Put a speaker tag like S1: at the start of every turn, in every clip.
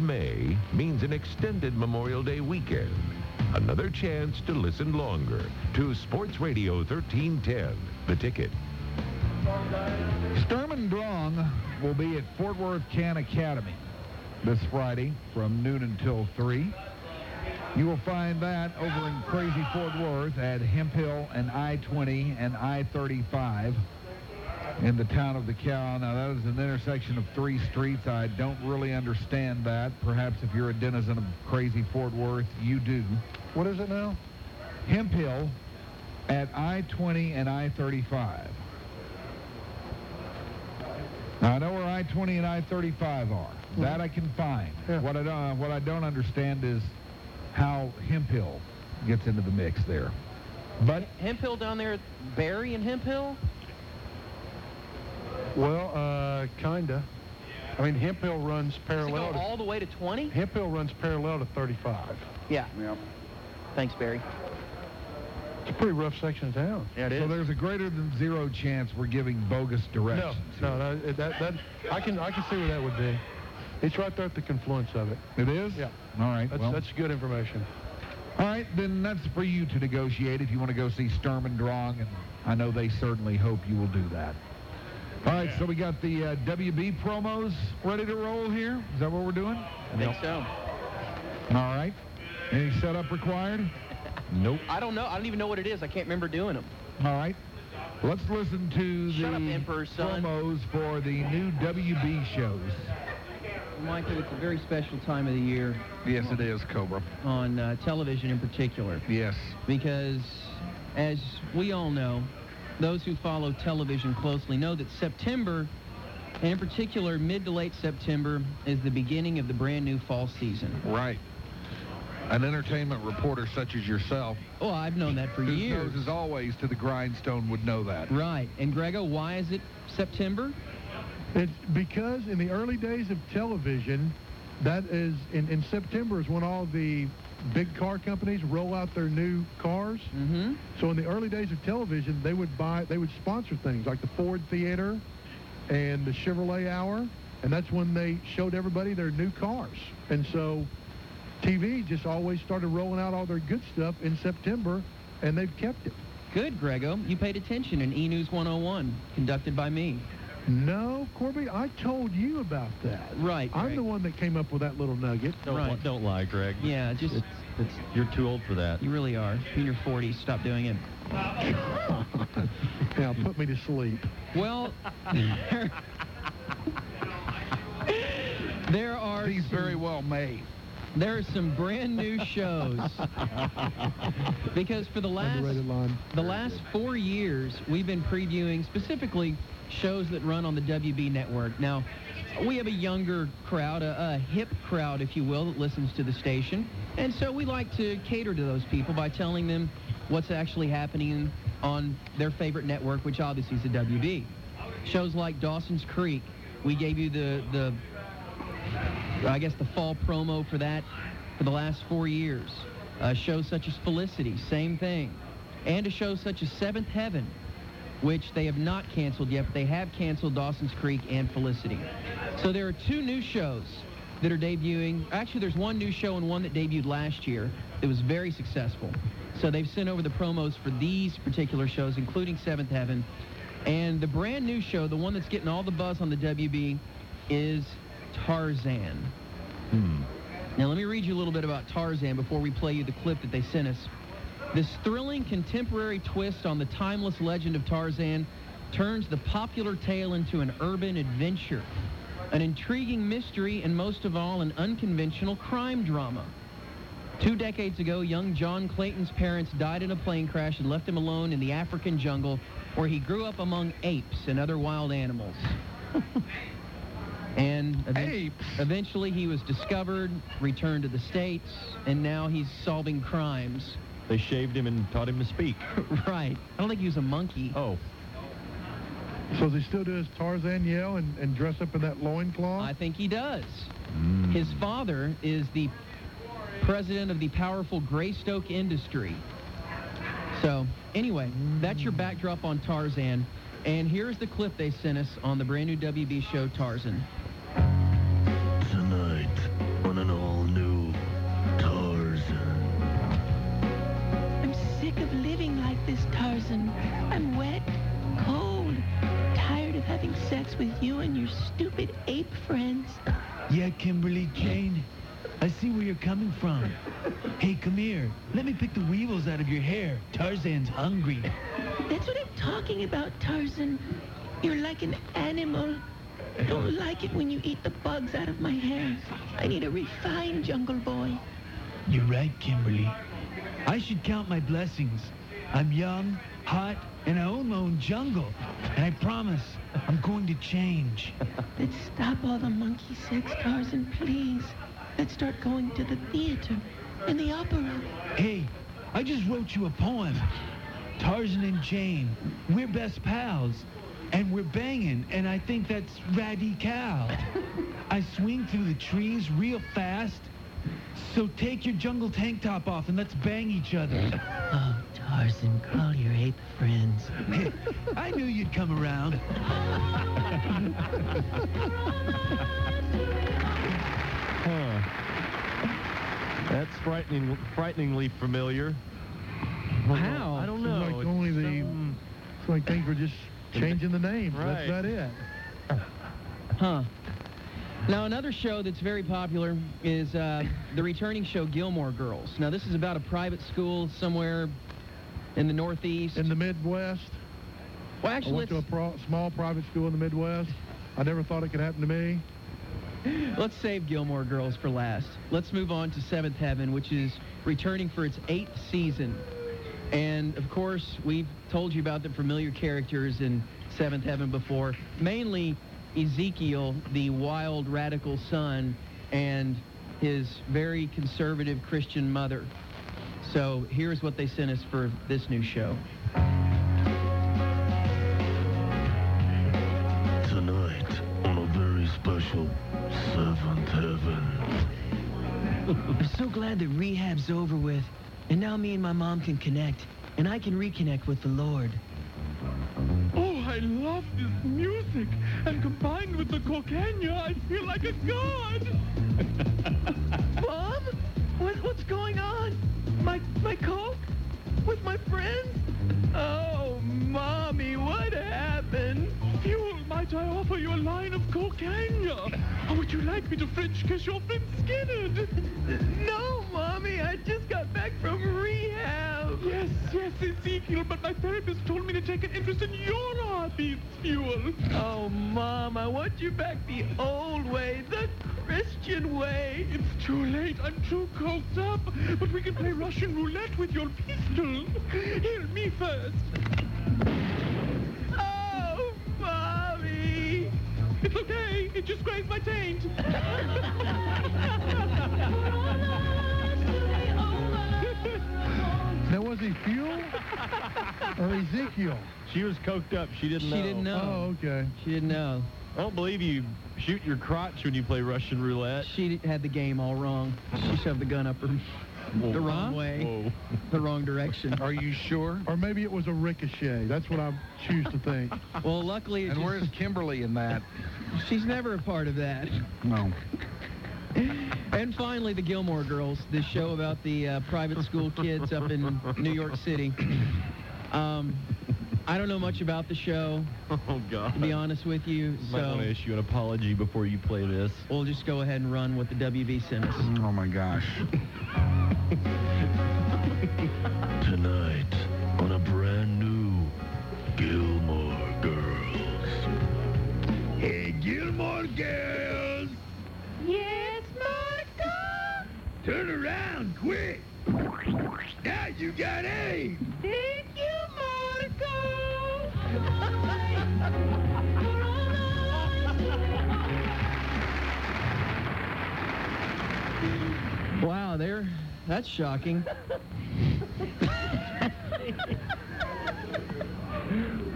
S1: May means an extended Memorial Day weekend. Another chance to listen longer to Sports Radio 1310, The Ticket.
S2: Sturm and Drong will be at Fort Worth Chan Academy this Friday from noon until 3. You will find that over in Crazy Fort Worth at Hemp Hill and I-20 and I-35 in the town of the Cow. Now, that is an intersection of three streets. I don't really understand that. Perhaps if you're a denizen of Crazy Fort Worth, you do.
S3: What is it now?
S2: Hemp Hill at I-20 and I-35. Now, I know where I-20 and I-35 are. That I can find.
S3: Hmm. Yeah.
S2: What I don't, uh, what I don't understand is how Hemp Hill gets into the mix there. But
S4: Hemp Hill down there, Barry and Hemp Hill?
S3: Well, uh, kinda. I mean, Hemp Hill runs
S4: Does it go
S3: parallel. To,
S4: all the way to 20?
S3: Hemp Hill runs parallel to 35.
S4: Yeah.
S5: Yep.
S4: Thanks, Barry.
S3: It's a pretty rough section of town.
S4: Yeah,
S2: so there's a greater than zero chance we're giving bogus
S3: No,
S2: directions.
S3: no, no. it- That, that, I can, I can see where that would be. It's right there at the confluence of it.
S2: It is?
S3: Yeah.
S2: All right.
S3: That's,
S2: well,
S3: that's good information.
S2: all right, then that's for you to negotiate if you want to go see Sturm and Drang, and I know they certainly hope you will do that. All right, so we got the uh, WB promos ready to roll here. Is that what we're doing?
S4: I think so.
S2: All right. Any setup required? Nope.
S4: I don't know. I don't even know what it is. I can't remember doing them.
S2: All right. Let's listen to
S4: Shut
S2: the
S4: up, Emperor's son.
S2: promos for the new WB shows.
S6: Michael, it's a very special time of the year
S2: Yes, it is, Cobra.
S6: on uh, television in particular
S2: Yes.
S6: because, as we all know, those who follow television closely know that September, and in particular mid to late September, is the beginning of the brand new fall season.
S2: Right. An entertainment reporter such as yourself,
S6: Oh, I've known that for
S2: whose
S6: years.
S2: nose is always to the grindstone, would know that.
S6: Right. And Grego, why is it September?
S3: It's because in the early days of television, that is in, in September is when all the big car companies roll out their new cars.
S6: Mm-hmm.
S3: So in the early days of television, they would buy, they would sponsor things like the Ford Theater and the Chevrolet Hour, and that's when they showed everybody their new cars. And so TV just always started rolling out all their good stuff in September, and they've kept it.
S6: Good, Grego. You paid attention in E News 101, conducted by me.
S3: No, Corby, I told you about that.
S6: Right.
S3: I'm
S6: Greg.
S3: the one that came up with that little nugget.
S7: Don't,
S6: Right.
S7: don't lie, Greg.
S6: Yeah, just
S7: It's, it's, you're too old for that.
S6: you really are. You're in your 40s. Stop doing it.
S3: Now put me to sleep.
S6: Well, there, there are
S2: He's
S6: some,
S2: very well made.
S6: there are some brand new shows because for the last
S3: Underrated line.
S6: the last four years we've been previewing specifically shows that run on the WB network. Now we have a younger crowd, a, a hip crowd, if you will, that listens to the station, and so we like to cater to those people by telling them what's actually happening on their favorite network, which obviously is the WB. Shows like Dawson's Creek, we gave you the the I guess the fall promo for that for the last four years. A show such as Felicity, same thing. And a show such as Seventh Heaven, which they have not canceled yet, but they have canceled Dawson's Creek and Felicity. So there are two new shows that are debuting. Actually, there's one new show and one that debuted last year that was very successful. So they've sent over the promos for these particular shows, including Seventh Heaven. And the brand new show, the one that's getting all the buzz on the WB, is Tarzan. Now let me read you a little bit about Tarzan before we play you the clip that they sent us. This thrilling contemporary twist on the timeless legend of Tarzan turns the popular tale into an urban adventure, an intriguing mystery, and most of all, an unconventional crime drama. Two decades ago, young John Clayton's parents died in a plane crash and left him alone in the African jungle where he grew up among apes and other wild animals. and eventually,
S2: Apes.
S6: Eventually, he was discovered, returned to the States, and now he's solving crimes.
S7: They shaved him and taught him to speak.
S6: right. I don't think he was a monkey.
S7: Oh,
S3: So does he still do his Tarzan yell and, and dress up in that
S6: I
S3: loincloth?
S6: think he does. His father is the president of the powerful Greystoke Industry. So, anyway, that's your backdrop on Tarzan. And here's the clip they sent us on the brand new WB show Tarzan.
S8: Tonight on an
S5: sick of living like this, Tarzan. I'm wet, cold, tired of having sex with you and your stupid ape friends.
S8: Yeah, Kimberly Jane, I see where you're coming from. Hey, come here. Let me pick the weevils out of your hair. Tarzan's hungry.
S5: That's what I'm talking about, Tarzan. You're like an animal. I don't like it when you eat the bugs out of my hair. I need a refined jungle boy.
S8: You're right, Kimberly. I should count my blessings. I'm young, hot, and I own my own jungle. And I promise, I'm going to change.
S5: Let's stop all the monkey sex, Tarzan, please. Let's start going to the theater and the opera.
S8: Hey, I just wrote you a poem. Tarzan and Jane, we're best pals. And we're banging, and I think that's radical. I swing through the trees real fast. So take your jungle tank top off and let's bang each other.
S5: Oh, Tarzan, call your ape friends.
S8: I knew you'd come around.
S7: Huh. That's frightening, frighteningly familiar.
S6: How?
S7: I don't
S3: Seems
S7: know.
S3: like
S7: It's
S3: only the-
S7: some-
S3: It's like things were just changing the names.
S7: Right.
S3: That's about it.
S6: Huh. Now, another show that's very popular is uh, the returning show Gilmore Girls. Now, this is about a private school somewhere in the Northeast.
S3: In the Midwest,
S6: well,
S3: I
S6: actually,
S3: went to a
S6: let's,
S3: pro- small private school in the Midwest. I never thought it could happen to me.
S6: let's save Gilmore Girls for last. Let's move on to Seventh Heaven, which is returning for its eighth season. And, of course, we've told you about the familiar characters in Seventh Heaven before, mainly Ezekiel, the wild radical son, and his very conservative Christian mother. So here's what they sent us for this new show.
S9: Tonight, on a very special Seventh Heaven.
S8: I'm so glad that rehab's over with, and now me and my mom can connect, and I can reconnect with the Lord.
S9: Oh, I love this music. And combined with the cocaine, I feel like a god.
S8: Mom? What, what's going on? My, my coke? With my friends? Oh, mommy, what happened?
S9: Fuel, might I offer you a line of cocaine? Or would you like me to French kiss your friend Skinner?
S8: No, mommy, I just got back from rehab.
S9: Yes, yes, Ezekiel, but my therapist told me to take an interest in your heartbeats, Fuel.
S8: Oh, mom, I want you back the old way, the Christian way.
S9: It's too late. I'm too coked up. But we can play Russian roulette with your pistol. Hear me first. Oh, mommy. It's okay. It just grazed my taint.
S3: Now, was he Fuel or Ezekiel?
S7: She was coked up. She didn't
S6: She
S7: know.
S6: didn't know.
S3: Oh, okay.
S6: She didn't know.
S7: I don't believe you shoot your crotch when you play Russian roulette.
S6: She had the game all wrong. She shoved the gun up her, the wrong way,
S7: Whoa.
S6: the wrong direction.
S2: Are you sure?
S3: Or maybe it was a ricochet. That's what I choose to think.
S6: Well, luckily, it
S2: And
S6: just-
S2: where's Kimberly in that?
S6: she's never a part of that.
S2: No.
S6: And finally, the Gilmore Girls, the show about the uh, private school kids up in New York City. Um, I don't know much about the show,
S7: Oh, God.
S6: to be honest with you.
S7: Might want to
S6: So
S7: issue an apology before you play this. Mm.
S6: we'll just go ahead and run with the WB sent us.
S2: Oh my gosh.
S9: Tonight, on a brand new Gilmore Girls. Hey, Gilmore Girls!
S5: Yes, Marco.
S9: Turn around quick! Now you got aim!
S5: Thank you, Marco.
S6: Wow, there. That's shocking.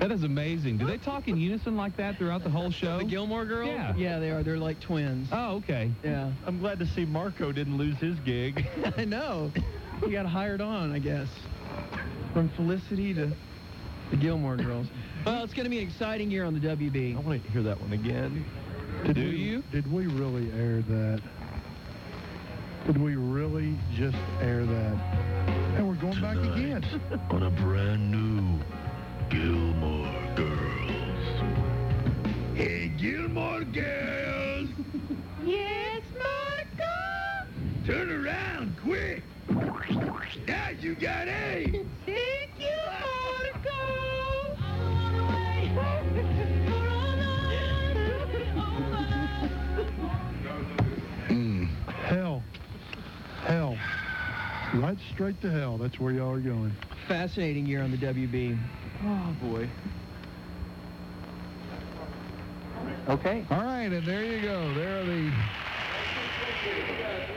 S10: That is amazing. Do they talk in unison like that throughout the whole show?
S6: The Gilmore Girls?
S10: Yeah.
S6: Yeah, they are. They're like twins.
S10: oh, okay.
S6: Yeah.
S7: I'm glad to see Marco didn't lose his gig.
S6: I know. He got hired on, I guess. From Felicity to the Gilmore Girls. Well, it's going to be an exciting year on the WB.
S7: I want to hear that one again.
S3: Did
S7: Do
S3: we,
S7: you?
S3: Did we really air that? Did we really just air that? And we're going back again.
S11: on a brand new Gilmore Girls. Hey, Gilmore Girls!
S9: Yes, Marco?
S11: Turn around quick! Now you got A!
S9: Thank you, Marco!
S3: Hell. Hell. Right straight to hell. That's where y'all are going.
S6: Fascinating year on the WB.
S4: Oh, boy.
S2: Okay. All right, and there you go. There are the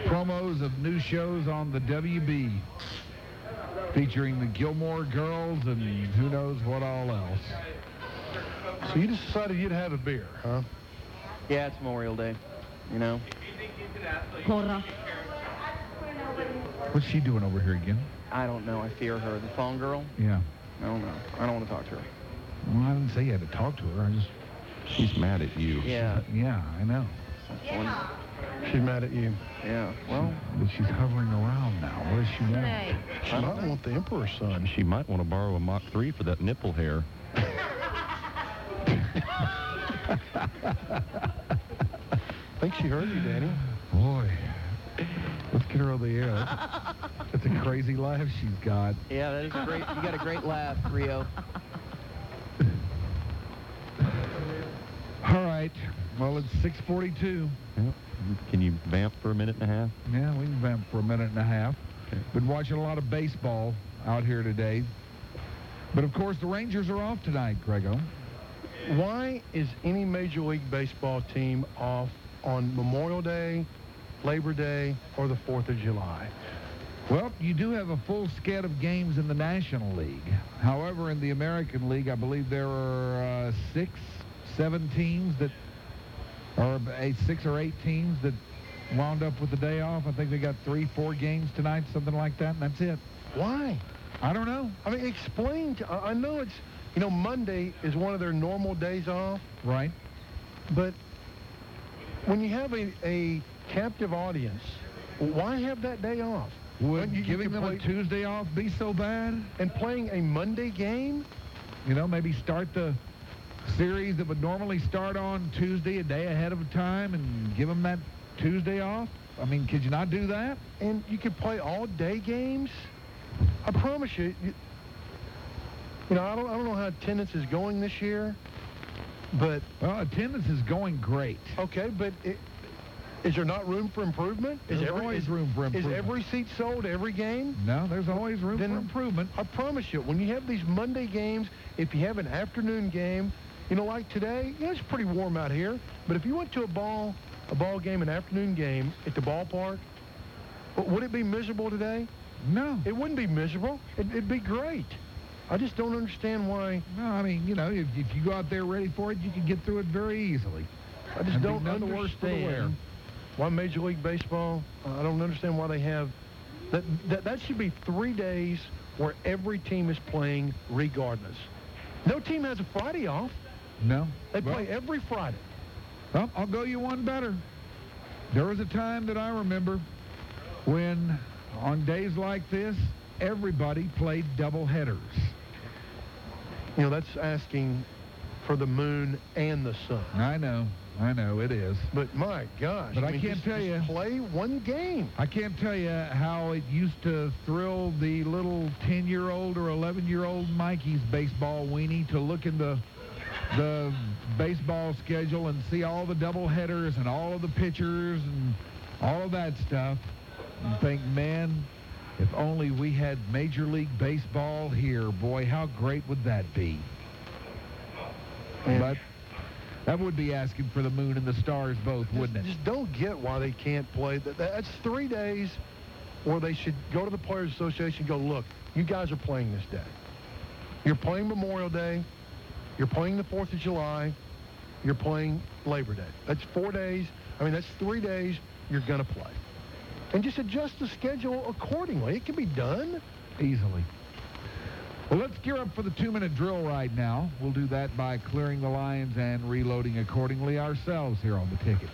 S2: promos of new shows on the WB featuring the Gilmore Girls and who knows what all else.
S3: So you just decided you'd have a beer, huh?
S4: Yeah, it's Memorial Day. You know?
S2: What's she doing over here again?
S4: I don't know. I fear her. The phone girl?
S2: Yeah.
S4: I don't know. I don't want to talk to her.
S2: Well, I didn't say you had to talk to her. I just.
S1: She's mad at you.
S4: Yeah.
S2: Uh, Yeah, I know.
S3: She's mad at you.
S4: Yeah. Well,
S2: But she's hovering around now. What does she want?
S3: She might want the Emperor's son.
S7: She might want to borrow a Mach 3 for that nipple hair.
S3: I think she heard you, Danny.
S2: Boy, let's get her on the air. That's- That's a crazy laugh she's got.
S4: yeah, that is a great. You got a great laugh, Rio.
S2: All right. Well, it's 642.
S7: Can you vamp for a minute and a half?
S2: Yeah, we can vamp for a minute and a half. Been watching a lot of baseball out here today. But of course, the Rangers are off tonight, Grego.
S3: Why is any Major League Baseball team off on Memorial Day, Labor Day, or the 4th of July?
S2: Well, you do have a full sched of games in the National League. However, in the American League, I believe there are uh, six, seven teams that, or eight, six or eight teams that wound up with the day off. I think they got three, four games tonight, something like that, and that's it.
S3: Why?
S2: I don't know.
S3: I mean, explain. To, I I know it's, you know, Monday is one of their normal days off,
S2: Right?
S3: but when you have a, a captive audience, why have that day off? When
S2: Would
S3: you- you
S2: giving
S3: can
S2: them a
S3: play-
S2: Tuesday off be so bad?
S3: and playing a Monday game?
S2: You know, maybe start the series that would normally start on Tuesday a day ahead of time and give them that Tuesday off? I mean, could you not do that?
S3: and you can play all day games. I promise you, you, you know, I don't, I don't know how attendance is going this year, but
S2: Well, attendance is going great.
S3: okay, but it, is there not room for improvement?
S2: There's
S3: is every,
S2: always
S3: is-
S2: room for improvement.
S3: Is every seat sold every game?
S2: No, there's always room
S3: Then-
S2: for improvement.
S3: I promise you, when you have these Monday games, if you have an afternoon game, you know, like today, you know, it's pretty warm out here. But if you went to a ball, a ball game, an afternoon game at the ballpark, w- would it be miserable today?
S2: No.
S3: It wouldn't be miserable. It'd, it'd be great. I just don't understand why.
S2: No, I mean, you know, if, if you go out there ready for it, you can get through it very easily.
S3: I just
S2: And be
S3: don't
S2: none the worse for the wear.
S3: understand why Major League Baseball. I don't understand why they have that. That, that should be three days where every team is playing regardless. No team has a Friday off.
S2: No.
S3: They
S2: Well,
S3: play every Friday.
S2: Well, I'll go you one better. There was a time that I remember when, on days like this, everybody played double headers.
S3: You know, that's asking for the moon and the sun.
S2: I know, I know, it is.
S3: But my gosh.
S2: But I
S3: mean,
S2: can't
S3: just-
S2: tell
S3: just
S2: ya.
S3: Play one game.
S2: I can't tell you how it used to thrill the little 10-year-old or 11-year-old Mikey's baseball weenie to look in the the baseball schedule and see all the double headers and all of the pitchers and all of that stuff and think, man, if only we had Major League Baseball here, boy, how great would that be? But that would be asking for the moon and the stars both,
S3: just,
S2: wouldn't it?
S3: just don't get why they can't play. That, that- that's three days where they should go to the Players Association and go, look, you guys are playing this day. You're playing Memorial Day. You're playing the 4th of July. You're playing Labor Day. That's four days. I mean, that's three days you're going to play. And just adjust the schedule accordingly. It can be done.
S2: Easily. Well, let's gear up for the two-minute drill right now. We'll do that by clearing the lines and reloading accordingly ourselves here on the ticket.